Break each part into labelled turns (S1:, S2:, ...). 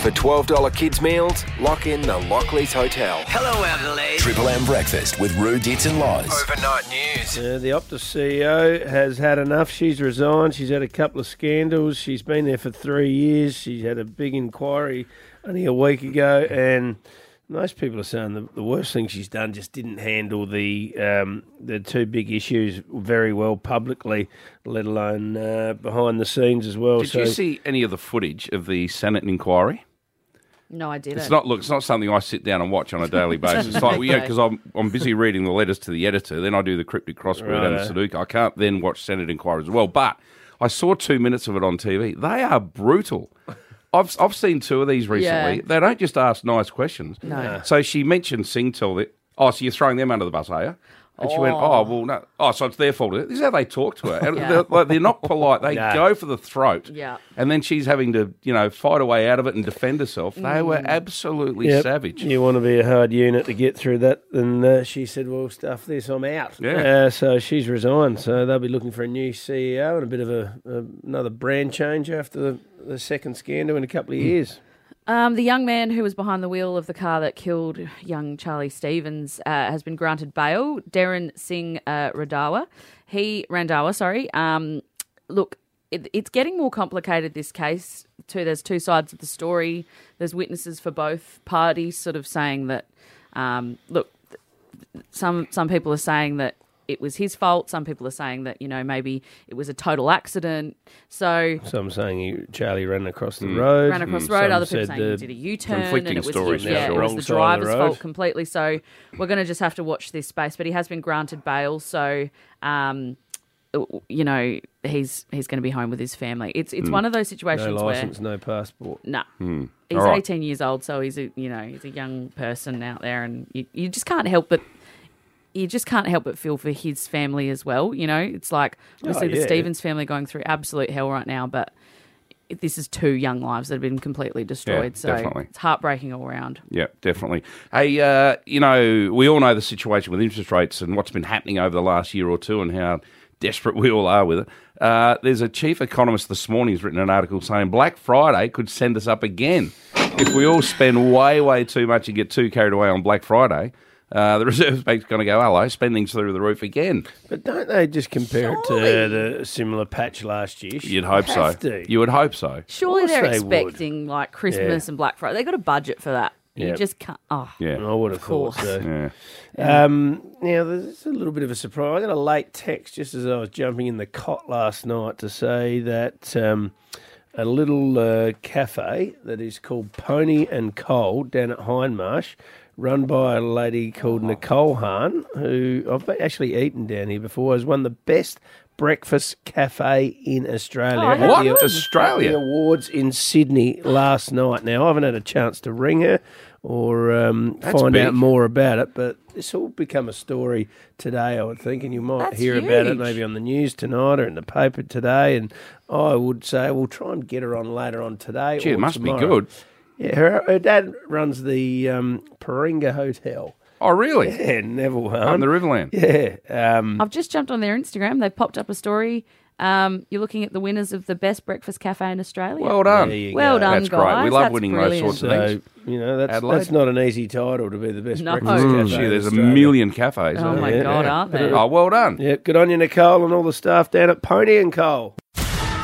S1: For $12 kids' meals, lock in the Lockleys Hotel.
S2: Hello, Adelaide.
S3: Triple M breakfast with Rue Dits and Lies.
S2: Overnight news.
S4: Uh, the Optus CEO has had enough. She's resigned. She's had a couple of scandals. She's been there for three years. She had a big inquiry only a week ago, and most people are saying the, the worst thing she's done just didn't handle the um, the two big issues very well publicly, let alone uh, behind the scenes as well.
S5: Did
S4: so
S5: you see any of the footage of the Senate inquiry?
S6: No, I didn't.
S5: It's not look. It's not something I sit down and watch on a daily basis. It's like, well, yeah,
S6: Okay.
S5: because I'm I'm busy reading the letters to the editor. Then I do the cryptic crossword and the Sudoku. I can't then watch Senate inquiry as well. But I saw two minutes of it on TV. They are brutal. I've I've seen two of these recently.
S6: Yeah.
S5: They don't just ask nice questions.
S6: No.
S5: So she mentioned Singtel. That, oh, so you're throwing them under the bus, are you? And she went, oh well, no. Oh, so it's their fault. is it? This is how they talk to her. And
S6: Yeah.
S5: they're, like, they're not polite. They
S4: No.
S5: go for the throat.
S6: Yeah.
S5: And then she's having to, you know, fight her way out of it and defend herself. They were absolutely
S4: Yep.
S5: savage.
S4: You want to be a hard unit to get through that. And uh, she said, "Well, stuff this, I'm out."
S5: Yeah.
S4: Uh, so she's resigned. So they'll be looking for a new CEO and a bit of a, a another brand change after the, the second scandal in a couple
S5: Hmm.
S4: of years.
S6: Um, the young man who was behind the wheel of the car that killed young Charlie Stevens uh, has been granted bail. Darren Singh uh, Radawa, he Randawa, sorry. Um, look, it, it's getting more complicated. This case, too. There's two sides of the story. There's witnesses for both parties, sort of saying that. Um, look, some some people are saying that it was his fault. Some people are saying that you know maybe it was a total accident. So
S4: Some saying he, Charlie ran across the
S5: Hmm.
S4: road.
S6: ran across
S4: Mm.
S6: the road.
S4: Some
S6: Other people
S4: said
S6: saying he
S4: the-
S6: did a U turn, and
S5: conflicting
S6: it was
S5: stories,
S6: yeah,
S5: for
S6: it
S4: sure.
S6: was the
S4: Wrong side of the
S6: driver's
S4: road.
S6: fault completely. So we're going to just have to watch this space. But he has been granted bail, so um, you know he's he's going to be home with his family. It's it's one of those
S4: Mm. No
S6: situations where
S4: license, no passport.
S6: no.
S4: Hmm.
S6: He's
S5: All right.
S6: 18 years old, so he's a you know he's a young person out there, and you, you just can't help but you just can't help but feel for his family as well. You know, it's like obviously
S4: Oh, yeah.
S6: the Stevens family going through absolute hell right now, but it- this is two young lives that have been completely destroyed. so
S5: definitely.
S6: it's heartbreaking all round.
S5: Yeah, definitely. Hey, uh, you know, we all know the situation with interest rates and what's been happening over the last year or two and how desperate we all are with it. Uh, there's a chief economist this morning who's written an article saying Black Friday could send us up again. If we all spend way, way too much and get too carried away on Black Friday, uh, the Reserve Bank's going to go, hello, spending's through the roof again.
S4: But don't they just compare it to the similar patch last year?
S5: You'd hope so.
S4: Have to.
S5: You would hope so.
S6: Surely
S4: Of course
S6: they're
S4: they would.
S6: expecting like Christmas and Black Friday. They got a budget for that. You
S4: Yep.
S6: just can't. Oh,
S4: I
S5: Yeah.
S4: would have thought
S6: course.
S4: so.
S5: Yeah.
S4: Um, now, there's a little bit of a surprise. I got a late text just as I was jumping in the cot last night to say that um, a little uh, cafe that is called Pony and Coal down at Hindmarsh, run by a lady called Nicole Hahn, who I've actually eaten down here before, has won the best breakfast cafe in Australia.
S6: Oh,
S4: at
S5: What?
S4: the-
S5: Australia?
S4: at the awards in Sydney last night. Now, I haven't had a chance to ring her or um,
S5: That's
S4: find
S5: big.
S4: out more about it, but this will become a story today, I would think, and you might
S6: That's
S4: hear about it
S6: huge.
S4: maybe on the news tonight or in the paper today. And I would say we'll try and get her on later on today.
S5: Gee,
S4: or
S5: it must be
S4: tomorrow.
S5: good.
S4: Yeah, her, her dad runs the um, Paringa Hotel.
S5: Oh, really?
S4: Yeah, Neville
S5: On
S4: Hunt.
S5: the Riverland.
S4: yeah, um,
S6: I've just jumped on their Instagram. They've popped up a story. Um, you're looking at the winners of the best breakfast cafe in Australia.
S5: Well done.
S4: There you
S6: Well
S4: go.
S6: done,
S5: That's great. We
S6: guys.
S5: love
S6: That's
S5: winning those
S6: brilliant.
S5: sorts of
S4: so
S5: Thanks.
S4: you know that's
S5: Adelaide.
S4: that's not an easy title to be the best
S6: No.
S4: breakfast
S6: Mm,
S4: cafe.
S5: Gee,
S4: in
S5: there's a
S4: Australia.
S5: million cafes.
S6: Oh
S5: eh?
S6: my god, aren't they?
S5: Oh, well done.
S4: Yeah, good on you, Nicole, and all the staff down at Pony and Coal.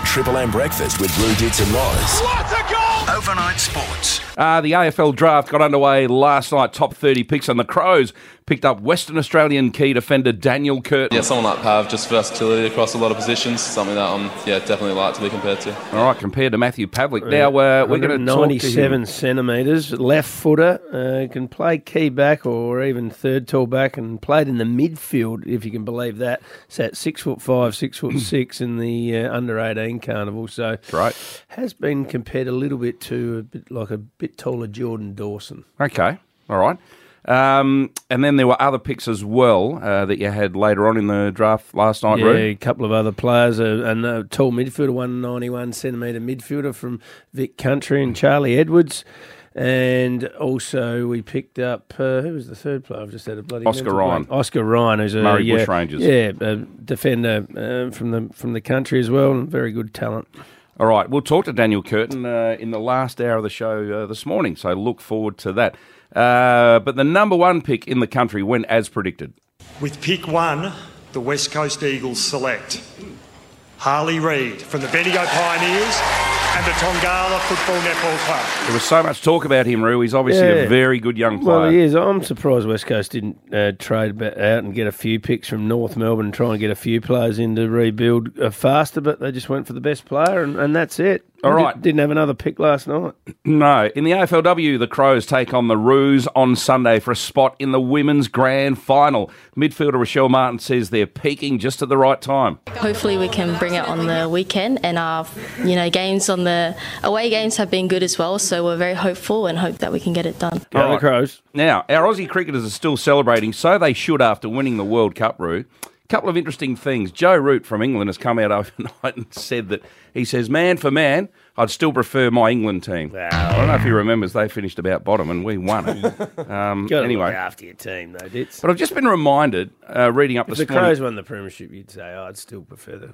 S3: Triple M breakfast with Rue Dits and Lies.
S2: Overnight sports.
S5: Uh, the AFL draft got underway last night. Top 30 picks, and the Crows picked up Western Australian key defender Daniel Curtin.
S7: Yeah, someone like Pav, just versatility across a lot of positions, something that I'm yeah definitely like to be compared to.
S5: All right, compared to Matthew Pavlik. Now uh, we're going to talk to him.
S4: 97 centimetres, left footer, uh, can play key back or even third tall back, and played in the midfield if you can believe that. Sat six foot five, six foot six in the uh, under 18 carnival. So
S5: Right.
S4: has been compared a little bit to a bit like a bit taller Jordan Dawson.
S5: Okay. All right. Um, and then there were other picks as well uh, that you had later on in the draft last night,
S4: Yeah,
S5: Roo.
S4: a couple of other players, uh, and a tall midfielder, one ninety-one centimetre midfielder from Vic Country, and Charlie Edwards, and also we picked up uh, who was the third player? I've just had a bloody
S5: Oscar
S4: mental
S5: Ryan.
S4: blank. Oscar Ryan, who's a
S5: Murray
S4: yeah,
S5: Bushrangers.
S4: yeah, a defender uh, from the from the country as well, and very good talent.
S5: All right, we'll talk to Daniel Curtin uh, in the last hour of the show uh, this morning, so look forward to that. Uh, but the number one pick in the country went as predicted.
S8: With pick one, the West Coast Eagles select Harley Reid from the Bendigo Pioneers and the Tongala Football Netball Club.
S5: There was so much talk about him, Roo. He's obviously
S4: Yeah.
S5: a very good young player.
S4: Well, he is. I'm surprised West Coast didn't uh, trade ba- out and get a few picks from North Melbourne and try and get a few players in to rebuild uh, faster, but they just went for the best player, and, and that's it.
S5: All
S4: They di-
S5: right.
S4: Didn't have another pick last night.
S5: No, in the AFLW, the Crows take on the Roos on Sunday for a spot in the women's grand final. Midfielder Rochelle Martin says they're peaking just at the right time.
S9: Hopefully, we can bring it on the weekend, and our you know games on the away games have been good as well. So we're very hopeful and hope that we can get it done.
S4: Go
S5: All
S4: the
S5: right.
S4: Crows.
S5: Now, our Aussie cricketers are still celebrating, so they should after winning the World Cup, Roo. Couple of interesting things. Joe Root from England has come out overnight and said that he says, man for man, I'd still prefer my England team. I don't know if he remembers they finished about bottom and we won it. Um,
S4: Got to
S5: anyway,
S4: look after your team, though, Dits.
S5: but I've just been reminded uh, reading up
S4: If
S5: this
S4: the
S5: morning-
S4: Crows won the premiership, you'd say, oh, I'd still prefer the.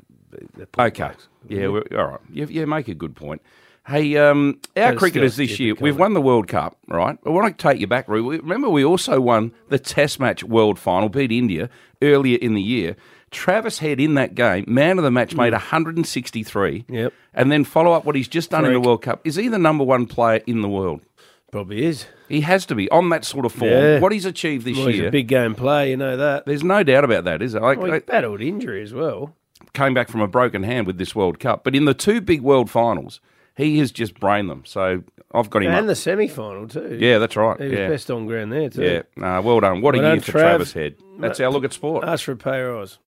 S4: the the-
S5: Okay. Yeah, we're, all right. You, you make a good point. Hey, um, our
S4: it's
S5: cricketers
S4: still a
S5: this
S4: stupid
S5: year, we've
S4: comment.
S5: won the World Cup, right? I want to take you back, Roo. We- Remember, we also won the Test Match World Final, beat India earlier in the year. Travis Head in that game, man of the match, made 163.
S4: Mm. Yep.
S5: And then follow up what he's just done in
S4: Freak.
S5: the World Cup. Is he the number one player in the world?
S4: Probably is.
S5: He has to be on that sort of form.
S4: Yeah.
S5: What he's achieved this
S4: Well, he's
S5: year.
S4: a big game player, you know that.
S5: there's no doubt about that, is there? Like,
S4: Well, he
S5: like-
S4: battled injury as well.
S5: came back from a broken hand with this World Cup. But in the two big World Finals, he has just brained them. So I've got him.
S4: And
S5: up.
S4: the semi final, too.
S5: yeah, that's right.
S4: He was
S5: Yeah,
S4: best on ground there, too.
S5: yeah. Nah, well done. What
S4: Well
S5: a year
S4: done,
S5: for
S4: Trav. Uh,
S5: Travis Head. That's our look at sport.
S4: Us for Payros.